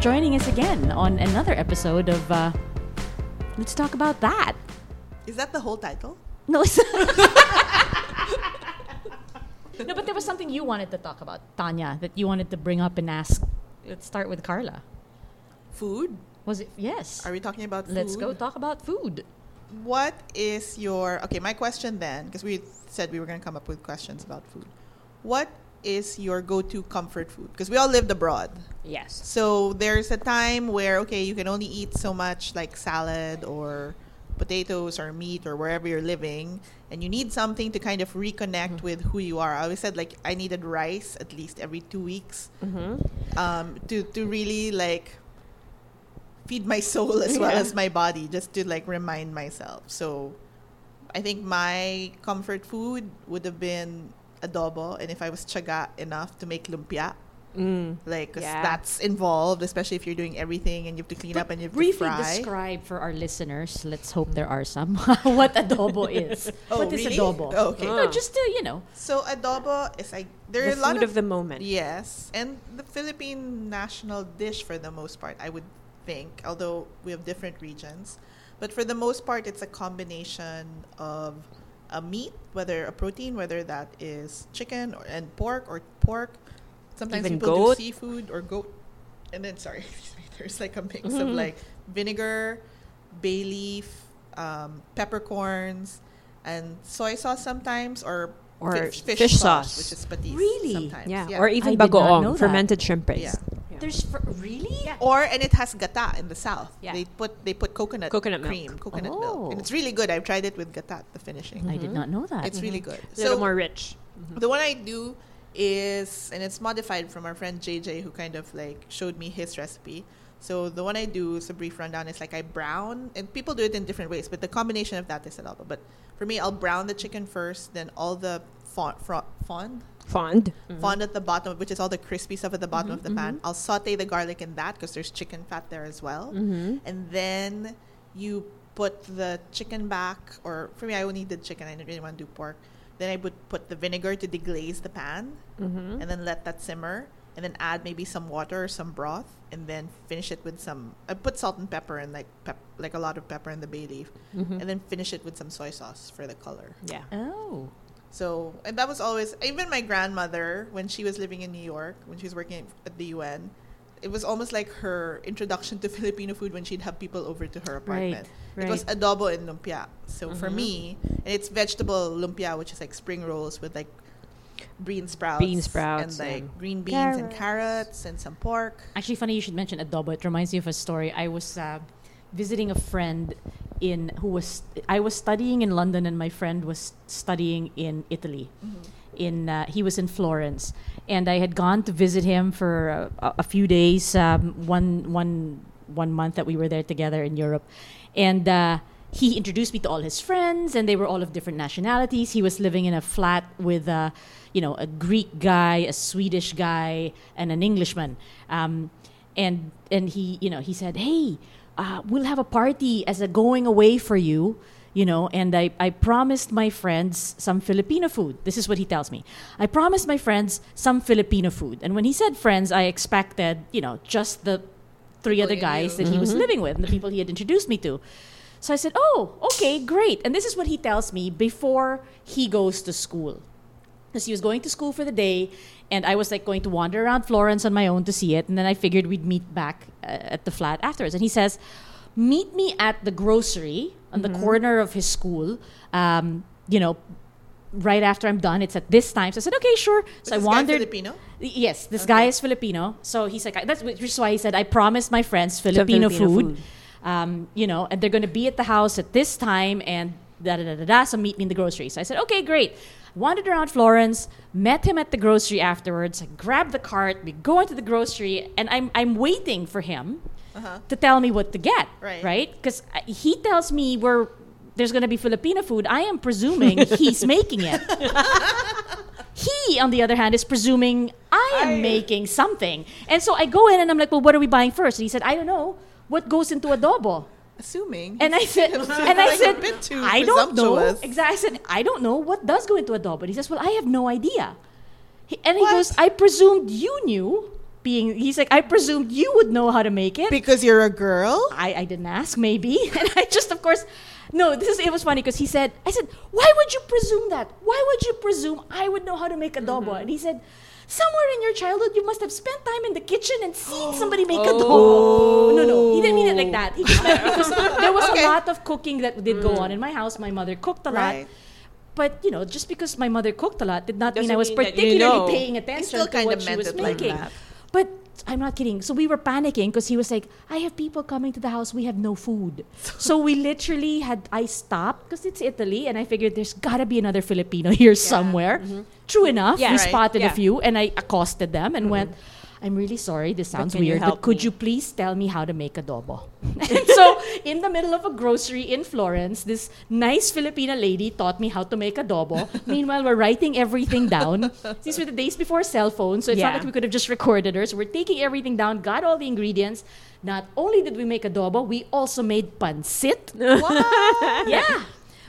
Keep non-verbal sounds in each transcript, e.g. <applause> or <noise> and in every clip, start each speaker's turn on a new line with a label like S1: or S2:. S1: joining us again on another episode of uh, Let's Talk About That.
S2: Is that the whole title?
S1: No, it's <laughs> no, but there was something you wanted to talk about, Tanya, that you wanted to bring up and ask. Let's start with Carla.
S2: Food?
S1: Was it yes?
S2: Are we talking about food?
S1: Let's go talk about food.
S2: What is your okay? My question then, because we said we were going to come up with questions about food. What is your go-to comfort food? Because we all lived abroad,
S1: Yes.
S2: so there's a time where okay, you can only eat so much like salad or potatoes or meat or wherever you're living, and you need something to kind of reconnect
S1: Mm-hmm.
S2: with who you are. I always said like I needed rice at least every two weeks um, to to really like feed my soul as well
S1: Yeah.
S2: as my body, just to like remind myself. So, I think my comfort food would have been adobo, and if I was chaga enough to make lumpia,
S3: Mm.
S2: like 'cause
S3: Yeah.
S2: that's involved, especially if you're doing everything and you have to clean up and you have to
S1: Briefly
S2: fry.
S1: describe for our listeners. Let's hope there are some. <laughs> what adobo <laughs> is?
S2: Oh,
S1: what is
S2: really?
S1: adobo?
S2: Oh, okay.
S1: No, just to you know.
S2: so adobo is like there are
S3: The
S2: a lot
S3: food of the moment.
S2: Yes, and the Philippine national dish for the most part, I would think, although we have different regions. But for the most part, it's a combination of a meat, whether a protein, whether that is chicken or, and pork or pork. Sometimes
S3: Even
S2: people
S3: goat.
S2: do seafood or goat. And then, sorry, <laughs> excuse me, there's like a mix of
S3: Mm-hmm.
S2: like vinegar, bay leaf, um, peppercorns, and soy sauce sometimes, or,
S3: Or
S2: fi-
S3: fish sauce.
S2: which is patis
S1: Really?
S2: sometimes.
S3: Yeah. Or
S1: I did
S3: even
S1: not know
S3: bagoong,
S1: that.
S3: fermented shrimp paste.
S2: Yeah.
S1: There's fr- really.
S2: Or and it has gata in the south.
S3: Yeah.
S2: They put they put coconut
S3: Coconut milk.
S2: cream, coconut milk,
S1: Oh.
S2: and it's really good. I've tried it with gata, the finishing.
S1: I did not know that.
S2: Mm-hmm. It's really good.
S3: Mm-hmm. A little more rich.
S2: the one I do is and it's modified from our friend JJ who kind of like showed me his recipe. So the one I do is a brief rundown. It's like I brown and people do it in different ways, but the combination of that is adobo. But for me, I'll brown the chicken first, then all the fond, fro fond
S3: Fond.
S2: fond at the bottom, which is all the crispy stuff at the bottom
S3: Mm-hmm.
S2: of the pan. I'll saute the garlic in that because there's chicken fat there as well.
S3: Mm-hmm.
S2: And then you put the chicken back, or for me, I only did chicken. I didn't really want to do pork. Then I would put the vinegar to deglaze the pan
S3: Mm-hmm.
S2: and then let that simmer. And then add maybe some water or some broth, and then finish it with some. I put salt and pepper and like pep, like a lot of pepper and the bay leaf, and then finish it with some soy sauce for the color.
S3: Mm-hmm. Yeah.
S1: Oh.
S2: So, and that was always, even my grandmother, when she was living in New York, when she was working at the UN, it was almost like her introduction to <laughs> Filipino food when she'd have people over to her apartment.
S1: Right,
S2: It was
S1: right. Mm-hmm.
S2: adobo and lumpia. So for me, and it's vegetable lumpia, which is like spring rolls with like bean sprouts.
S3: Bean
S2: And
S3: sprouts
S2: like
S3: and
S2: green beans and carrots and some pork.
S1: Actually, funny you should mention adobo. It reminds me of a story. I was uh, visiting a friend in who was I was studying in London, and my friend was studying in Italy. In uh, he was in Florence, and I had gone to visit him for a, a few days. Um, one one one month that we were there together in Europe, and. Uh, he introduced me to all his friends, and they were all of different nationalities. He was living in a flat with, uh, you know, a Greek guy, a Swedish guy, and an Englishman. Um, and and he, you know, he said, "Hey, uh, we'll have a party as a going away for you." You know, and I, I promised my friends some Filipino food. This is what he tells me. I promised my friends some Filipino food. And when he said friends, I expected, you know, just the three
S2: People
S1: other
S2: you
S1: guys
S2: knew.
S1: that he was living with and the people he had introduced me to. So I said, "Oh, okay, great." And this is what he tells me before he goes to school. Because he was going to school for the day, and I was like going to wander around Florence on my own to see it, and then I figured we'd meet back uh, at the flat afterwards. And he says, "Meet me at the grocery on
S2: Mm-hmm.
S1: the corner of his school. Um, you know, right after I'm done. It's at this time." So I said, "Okay, sure." So I
S2: this guy
S1: wandered.
S2: Filipino?
S1: Yes, this guy is Filipino, so he's like that's which is why he said I promised my friends Filipino,
S3: Filipino
S1: food,
S3: food.
S1: Um, you know, and they're going to be at the house at this time and da da da da da. So meet me in the grocery. So I said okay, great. Wandered around Florence, met him at the grocery afterwards. I grabbed the cart, we go into the grocery, and I'm I'm waiting for him to tell me what to get.
S2: Uh-huh. Right.
S1: right, because he tells me we're there's going to be Filipino food. I am
S2: <laughs>
S1: presuming he's making it. He, on the other hand, is presuming I am
S2: I-
S1: making something. And so I go in and I'm like, well, what are we buying first? And he said, I don't know. What goes into adobo?
S2: Assuming. <laughs>
S1: And I said, and I
S2: Like a
S1: said,
S2: bit too
S1: I don't know.
S2: presumptuous.
S1: Exactly. I said, I don't know what does go into adobo. And he says, well, I have no idea. He, and he
S2: What?
S1: goes, I presumed you knew being he's like, I presumed you would know how to make it.
S2: Because you're a girl?
S1: I, I didn't ask, maybe. <laughs> And I just, of course, no, this is, it was funny because he said, I said, why would you presume that? Why would you presume I would know how to make adobo? And he said, somewhere in your childhood, you must have spent time in the kitchen and seen somebody make adobo. No, no, he didn't mean it like that. He just meant because there was
S2: Okay.
S1: a lot of cooking that did go on in my house. My mother cooked a lot.
S2: Right.
S1: But you know, just because my mother cooked a lot did not mean I
S3: Doesn't
S1: was
S3: mean that
S1: particularly
S3: you know.
S1: paying
S2: He
S1: attention
S2: still
S1: to
S2: kind
S1: what
S2: of
S1: she
S2: meant
S1: was
S2: it like
S1: making.
S2: that.
S1: But I'm not kidding. So we were panicking because he was like, I have people coming to the house. We have no
S3: <laughs>
S1: food. so we literally had, I stopped because it's Italy and I figured there's got to be another Filipino <laughs> here somewhere. True enough,
S3: Mm-hmm. Yeah.
S1: we
S2: Right.
S1: spotted a
S3: Yeah. Mm-hmm.
S1: few and I accosted them and went, I'm really sorry, this sounds
S3: can you
S1: weird, but
S3: help
S1: could
S3: me?"
S1: you please tell me how to make adobo? <laughs> and so, in the middle of a grocery in Florence, this nice Filipina lady taught me how to make adobo. <laughs> Meanwhile, we're writing everything down. These were the days before cell phones, so it's
S3: Yeah.
S1: not like we could have just recorded her. So, we're taking everything down, got all the ingredients. Not only did we make adobo, we also made <laughs> pancit. yeah.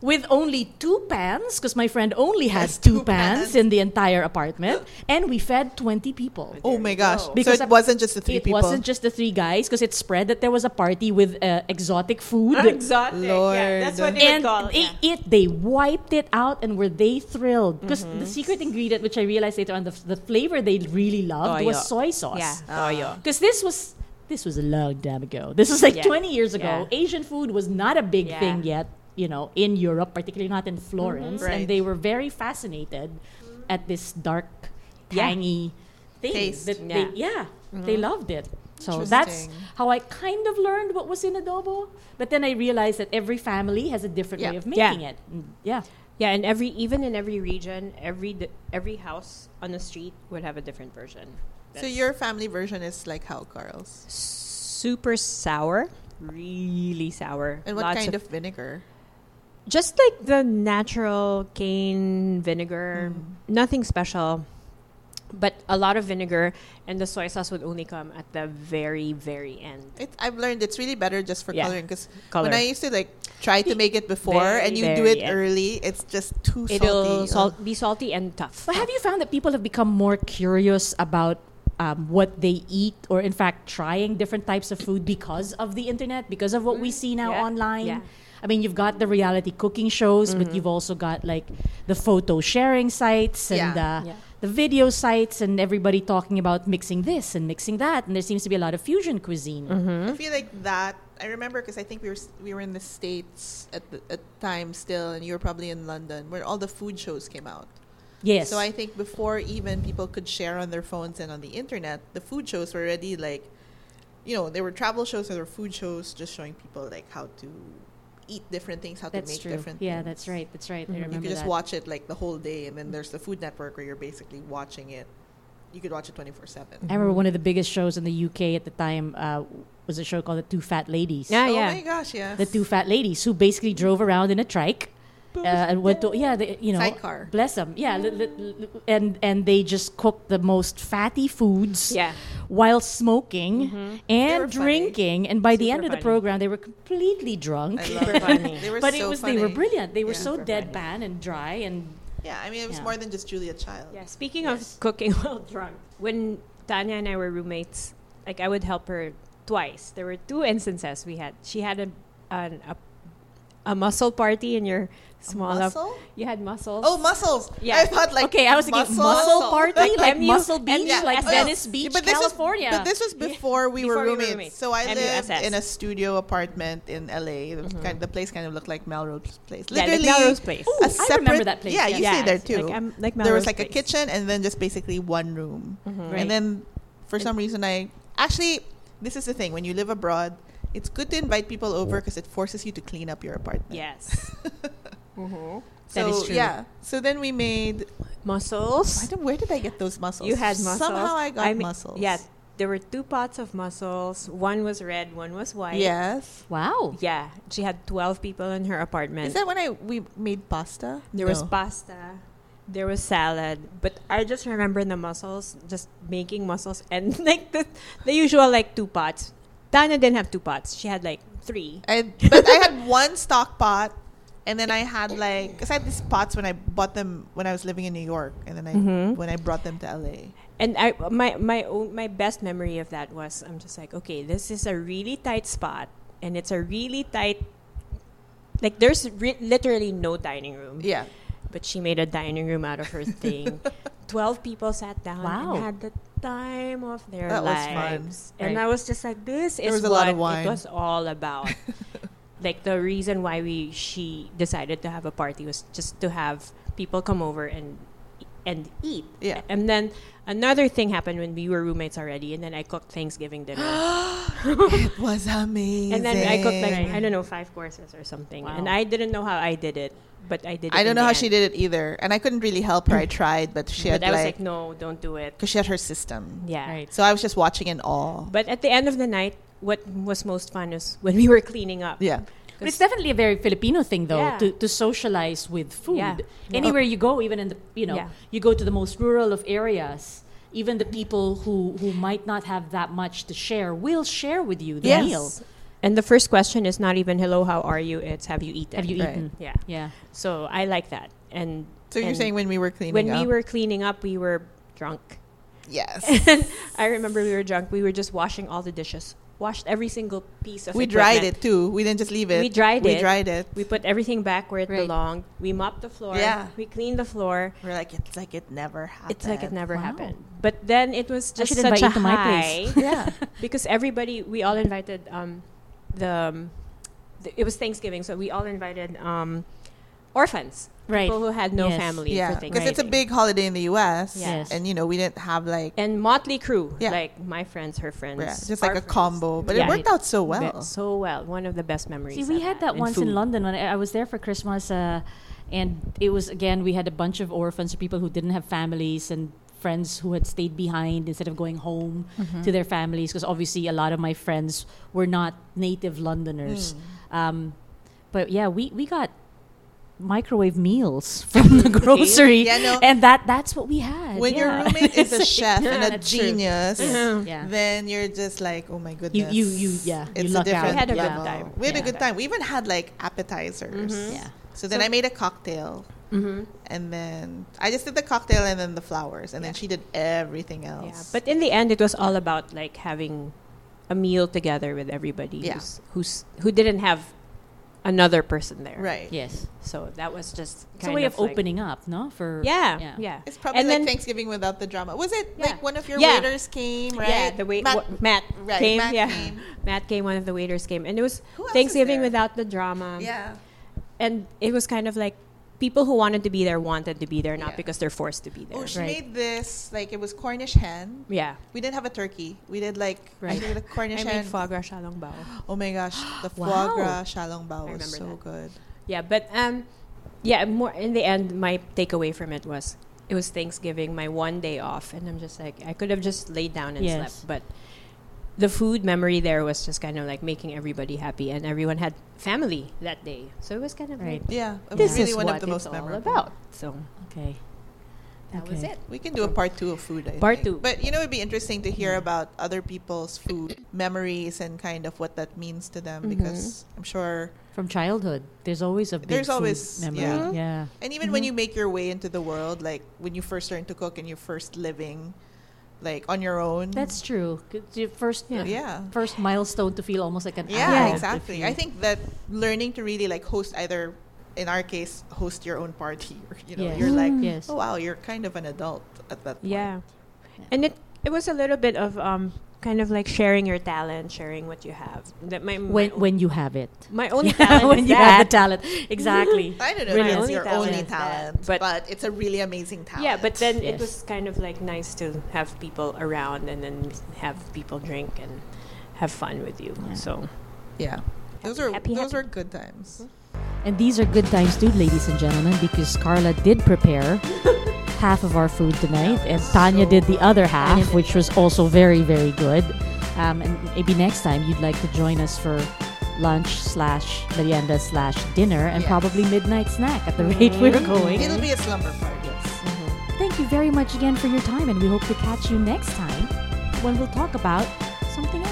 S1: With only two pans, because my friend only has two,
S2: two
S1: pans,
S2: pans.
S1: in the entire <laughs> apartment, and we fed 20 people.
S2: Oh my gosh.
S1: Because
S2: so it
S1: of-
S2: wasn't just the three
S1: It
S2: people.
S1: wasn't just the three guys, because it spread that there was a party with uh, exotic food.
S3: Exotic. Yeah,
S2: Lord.
S3: that's what they would
S1: And
S3: call.
S1: they
S3: Ah, yeah.
S1: it they wiped it out and were they thrilled because the secret ingredient which I realized later on the, the flavor they really loved
S3: Toyo.
S1: was soy sauce Uh.
S3: Yeah. Toyo.
S1: because this was this was a long time ago. This was like
S3: Yeah.
S1: 20 years ago.
S3: Yeah.
S1: Asian food was not a big
S3: Yeah.
S1: thing yet, you know, in Europe, particularly not in Florence,
S3: Mm-hmm.
S2: Right.
S1: and they were very fascinated at this dark,
S3: Yeah.
S1: tangy thing.
S2: Taste. Mm-hmm.
S1: That They, yeah, they loved it. So that's
S2: Interesting.
S1: how I kind of learned what was in adobo. But then I realized that every family has a different
S2: Yeah.
S1: way of
S3: Yeah.
S1: making it. Mm, Yeah.
S3: Yeah, and every even in every region, every d- every house on the street would have a different version.
S2: So your family version is like how, Carl's?
S3: super sour, really sour.
S2: And what
S3: Lots
S2: kind of, vinegar?
S3: just like the natural cane vinegar,
S2: Mm.
S3: nothing special, but a lot of vinegar, and the soy sauce would only come at the very very end.
S2: It, I've learned it's really better just for
S3: Yeah.
S2: coloring because
S3: Color.
S2: when I used to like try to make it before
S3: Very,
S2: and you do
S3: very,
S2: it
S3: yeah.
S2: early, it's just too
S3: It'll
S2: salty.
S3: salt, be salty and tough.
S1: But have you found that people have become more curious about um, what they eat, or in fact, trying different types of food because of the internet, because of what we see now
S3: Mm-hmm. Yeah.
S1: online?
S3: Yeah. Mm-hmm.
S1: I mean, you've got the reality cooking shows, but you've also got like the photo sharing sites and
S2: Yeah.
S1: Uh,
S3: Yeah.
S1: the video sites, and everybody talking about mixing this and mixing that. And there seems to be a lot of fusion cuisine.
S3: Mm-hmm.
S2: I feel like that. I remember because I think we were s- we were in the states at the at time still, and you were probably in London when all the food shows came out.
S1: Yes.
S2: So I think before even people could share on their phones and on the internet, the food shows were already like, you know, there were travel shows or there were food shows just showing people like how to eat different things, how to
S1: that's
S2: make
S1: true.
S2: different.
S1: Yeah,
S2: things.
S1: that's right. That's
S3: Mm-hmm.
S1: right. I remember
S2: You could just
S1: that.
S2: watch it like the whole day, and then there's the Food Network where you're basically watching it. You could watch it twenty four seven.
S1: I remember one of the biggest shows in the UK at the time uh, was a show called The Two Fat Ladies.
S3: Yeah,
S2: Oh
S3: yeah.
S2: my gosh, yeah.
S1: the two fat ladies who basically drove around in a trike uh, and went to yeah they, you know
S2: Sidecar.
S1: bless them yeah li- li- li- and and they just cooked the most fatty foods
S3: Yeah.
S1: while smoking
S2: Mm-hmm. They were
S1: and
S2: funny.
S1: drinking and by the
S3: Super
S1: end of the
S3: funny.
S1: program they were completely drunk
S2: I
S3: Super
S2: love
S3: funny.
S2: it. They were
S1: but
S2: so
S1: it was
S2: funny.
S1: they were brilliant they were
S2: Yeah.
S1: so
S3: Super funny.
S1: deadpan and dry and
S2: Yeah, I mean, it was
S1: Yeah.
S2: more than just Julia Child.
S3: Yeah, speaking
S2: Yes.
S3: of cooking <laughs> while drunk, when Tanya and I were roommates, like I would help her twice. There were two instances we had. She had a an, a, a muscle party in your small
S2: Muscle?
S3: You had muscles.
S2: Oh, muscles.
S3: Yeah.
S2: I thought like
S1: okay, I was thinking muscle,
S2: <laughs>
S1: party, like,
S3: MU
S1: muscle beach,
S3: Yeah.
S1: like
S3: Oh, yeah.
S1: Venice Beach,
S2: but this
S1: California.
S2: Was, but this was before we
S3: Before
S2: were
S3: we were
S2: roommates.
S3: roommates.
S2: So I lived
S3: MUSS.
S2: in a studio apartment in LA. It was kind- the place kind of looked like Melrose Place.
S3: Yeah, like
S2: Literally,
S3: Melrose Place. Ooh,
S1: I remember that place,
S2: Yeah,
S1: yeah.
S2: you
S3: Yeah,
S2: stayed there
S3: it's like,
S2: too.
S3: um, like
S2: there was
S3: Melrose
S2: like a
S3: Place.
S2: kitchen and then just basically one room.
S1: Right.
S2: And then for some reason, I actually this is the thing when you live abroad. It's good to invite people over because it forces you to clean up your apartment.
S3: Yes.
S2: so
S3: That is true.
S2: yeah. So then we made I
S3: <laughs> muscles.
S2: don't, where did I get those muscles?
S3: You had muscles.
S2: Somehow I got
S3: mean-
S2: muscles.
S3: Yeah. There were two pots of muscles. One was red, one was white.
S2: Yes.
S1: wow.
S3: Yeah. She had 12 people in her apartment.
S2: Is that when I we made pasta?
S3: There was
S2: No.
S3: pasta. There was salad, but I just remember the mussels, just making mussels, and <laughs> like the the usual like two pots. Tanya didn't have two pots; she had like three.
S2: <laughs> I, but I had one stock pot And then I had like, cause I had these pots when I bought them when I was living in New York, and then I
S3: Mhm.
S2: when I brought them to LA.
S3: And I my my own, my best memory of that was I'm just like, okay, this is a really tight spot and it's a really tight like there's re- literally no dining room.
S2: Yeah,
S3: But she made a dining room out of
S2: <laughs>
S3: her thing. 12 people sat down
S1: Wow.
S3: and had the time of their
S2: That was fun.
S3: lives. And
S1: Right.
S3: I was just like this
S2: There
S3: is
S2: was a
S3: what
S2: lot of wine.
S3: it was all about.
S2: <laughs>
S3: like the reason why we she decided to have a party was just to have people come over and and eat.
S2: Yeah.
S3: And then another thing happened when we were roommates already, and then I cooked Thanksgiving
S2: <gasps>
S3: dinner.
S2: it was amazing.
S3: and then I cooked like
S1: Amazing.
S3: I don't know five courses or something,
S1: Wow.
S3: and I didn't know how I did it, but I did. It
S2: I
S3: in
S2: don't know how
S3: the end. Mm.
S2: she did it either, and I couldn't really help her. I tried, but she
S3: But
S2: had
S3: I was
S2: like
S3: like, no, don't do it.
S2: because she had her system.
S3: Yeah.
S1: Right.
S2: So I was just watching in awe.
S3: But at the end of the night, what was most fun is when we were cleaning up.
S2: Yeah,
S1: But it's definitely a very Filipino thing, though,
S3: Yeah.
S1: to, to socialize with food.
S3: Yeah. Yeah.
S1: Anywhere you go, even in the you know
S3: Yeah.
S1: you go to the most rural of areas, even the people who who might not have that much to share will share with you the
S2: Yes.
S1: meal.
S3: And the first question is not even "Hello, how are you?" It's "Have you eaten?"
S1: Have you
S2: Right.
S1: eaten?
S3: Yeah.
S1: Yeah.
S3: So I like that. And
S2: So you're
S3: and
S2: saying when we were cleaning
S3: when
S2: up?
S3: we were cleaning up, we were drunk. <laughs>
S2: yes,
S3: And I remember we were drunk. We were just washing all the dishes, washed every single piece of.
S2: we dried it
S3: equipment.
S2: too. We didn't just leave it.
S3: We dried
S2: we
S3: it.
S2: dried it.
S3: We put everything back where it
S1: Right.
S3: belonged. We mopped the floor.
S2: Yeah.
S3: We cleaned the floor.
S2: We're like it's like it never happened.
S3: It's like it never
S1: Wow.
S3: happened. But then it was
S1: I
S3: just
S1: should invite
S3: such a
S1: you to my place.
S2: <laughs>
S3: high
S2: Yeah.
S3: because everybody we all invited um, the, um, the it was Thanksgiving, so we all invited um, orphans,
S1: Right.
S3: people who had no
S1: Yes.
S3: family
S2: yeah, because
S3: for Thanksgiving.
S2: it's a big holiday in the U.S.
S1: Yes.
S2: and you know we didn't have like
S3: and motley crew,
S2: Yeah.
S3: like my friends, her friends,
S2: yeah, just
S3: our
S2: like a
S3: friends.
S2: combo, but
S3: Yeah.
S2: it worked out so
S3: Ve-
S2: well.
S3: so well. One of the best memories.
S1: See, we
S3: of
S1: had that
S3: And
S1: once
S3: food.
S1: in London when I, I was there for Christmas, uh, and it was again we had a bunch of orphans, or people who didn't have families, and friends who had stayed behind instead of going home
S2: Mm-hmm.
S1: to their families, because obviously a lot of my friends were not native Londoners.
S2: Mm.
S1: Um, but yeah, we we got microwave meals <laughs> from
S2: <laughs>
S1: the grocery,
S2: Yeah, no.
S1: <laughs> and that that's what we had.
S2: when
S1: yeah.
S2: your roommate is
S1: <laughs> It's
S2: a
S1: like-
S2: chef
S1: Yeah,
S2: and a
S1: that's true.
S2: genius, <laughs>
S1: Yes. Yeah.
S2: then you're just like, oh my
S1: you
S2: goodness.
S1: you you yeah, you
S2: It's a
S1: luck out.
S2: different.
S3: We had a good
S1: yeah. Mm-hmm.
S2: level.
S3: time.
S2: We had
S3: Yeah.
S2: a good time. We even had like appetizers.
S1: Yeah.
S2: So then I made a cocktail,
S3: Mhm.
S2: and then I just did the cocktail and then the flowers, and then she did everything
S3: Yeah,
S2: else.
S3: but in the end, it was all about like having a meal together with everybody
S2: Yeah.
S3: who's, who's who didn't have another person there.
S2: right,
S1: Yes,
S3: So that was just
S1: it's a
S3: kind
S1: way of,
S3: like-
S1: opening up, no? For
S3: yeah, yeah,
S2: It's probably
S3: And
S2: like
S3: then-
S2: Thanksgiving without the drama. Was it
S3: Yeah.
S2: like one of your
S3: Yeah.
S2: waiters came, right?
S3: Yeah, the wait
S2: Matt-
S3: Matt, Matt
S2: right,
S3: came.
S2: Matt
S3: yeah,
S2: came.
S3: <laughs> Matt came. One of the waiters came, and it was
S2: Who else is
S3: Thanksgiving
S2: there?
S3: without the drama.
S2: yeah.
S3: and it was kind of like people who wanted to be there wanted to be there, not
S2: Yeah.
S3: because they're forced to be
S2: Oh,
S3: there.
S2: she
S1: Right.
S2: made this like it was Cornish hen.
S3: yeah,
S2: We didn't have a turkey. We did like
S1: Right.
S2: I did a Cornish
S3: I
S2: hen.
S3: made foie gras shalong bao.
S2: Oh my gosh,
S3: <gasps>
S2: the foie
S1: Wow.
S2: gras shalong bao
S3: I
S2: was
S3: remember
S2: so
S3: that.
S2: good.
S3: Yeah, but um, yeah. More in the end, my takeaway from it was it was Thanksgiving, my one day off, and I'm just like I could have just laid down and
S1: Yes.
S3: slept, but the food memory there was just kind of like making everybody happy, and everyone had family that day, so it was kind of
S1: Right.
S3: like
S2: Yeah, it
S3: this
S2: was really
S3: is
S2: one
S3: what
S2: of the
S3: it's
S2: most
S3: all
S2: memorable.
S3: about. So
S1: okay.
S3: that was
S1: Okay.
S3: it.
S2: We can do a part two of food. I
S3: Part
S2: think.
S3: two.
S2: but you know, it'd be interesting to hear about other people's food memories and kind of what that means to them
S3: Mm-hmm.
S2: because I'm sure.
S1: From childhood, there's always a big
S2: There's
S1: food
S2: always-
S1: memory.
S2: yeah.
S1: yeah.
S2: And even
S3: Mm-hmm.
S2: when you make your way into the world, like when you first learn to cook and you're first living, like on your own.
S1: That's true. It's your First,
S3: Yeah.
S2: yeah.
S1: first milestone to feel almost like an
S2: Yeah,
S1: adult, if
S2: exactly.
S1: you-
S2: I think that learning to really like host either, in our case, host your own party. <laughs> Or, you know,
S1: Yes.
S2: you're like,
S1: Yes.
S2: oh wow, you're kind of an adult at that point.
S3: Yeah. And it it was a little bit of um kind of like sharing your talent, sharing what you have. That my
S1: when
S3: my,
S1: when you have it, <laughs>
S3: my only talent
S1: when you
S3: is
S1: have the
S3: that. <laughs>
S1: talent,
S2: <laughs>
S1: exactly.
S2: I don't know
S1: Brilliant.
S2: if it's
S3: Only
S2: your
S3: talent
S2: only
S3: is
S2: talent,
S3: that, but-
S2: but, it's a really amazing talent.
S3: Yeah, but then it
S1: Yes.
S3: was kind of like nice to have people around and then have people drink and have fun with you.
S1: Yeah.
S3: So
S2: yeah, those were
S3: happy,
S2: those
S3: happy.
S2: were good times.
S1: and these are good times, too, ladies and gentlemen, because Carla did
S2: <laughs>
S1: prepare half of our food tonight, and Tanya did the other half, which was also very very good. Um, and maybe next time you'd like to join us for lunch slash merienda slash dinner and
S2: Yes. Mm-hmm.
S1: probably midnight snack at the rate we're going.
S2: It'll be a slumber party.
S1: Thank you very much again for your time, and we hope to catch you next time when we'll talk about something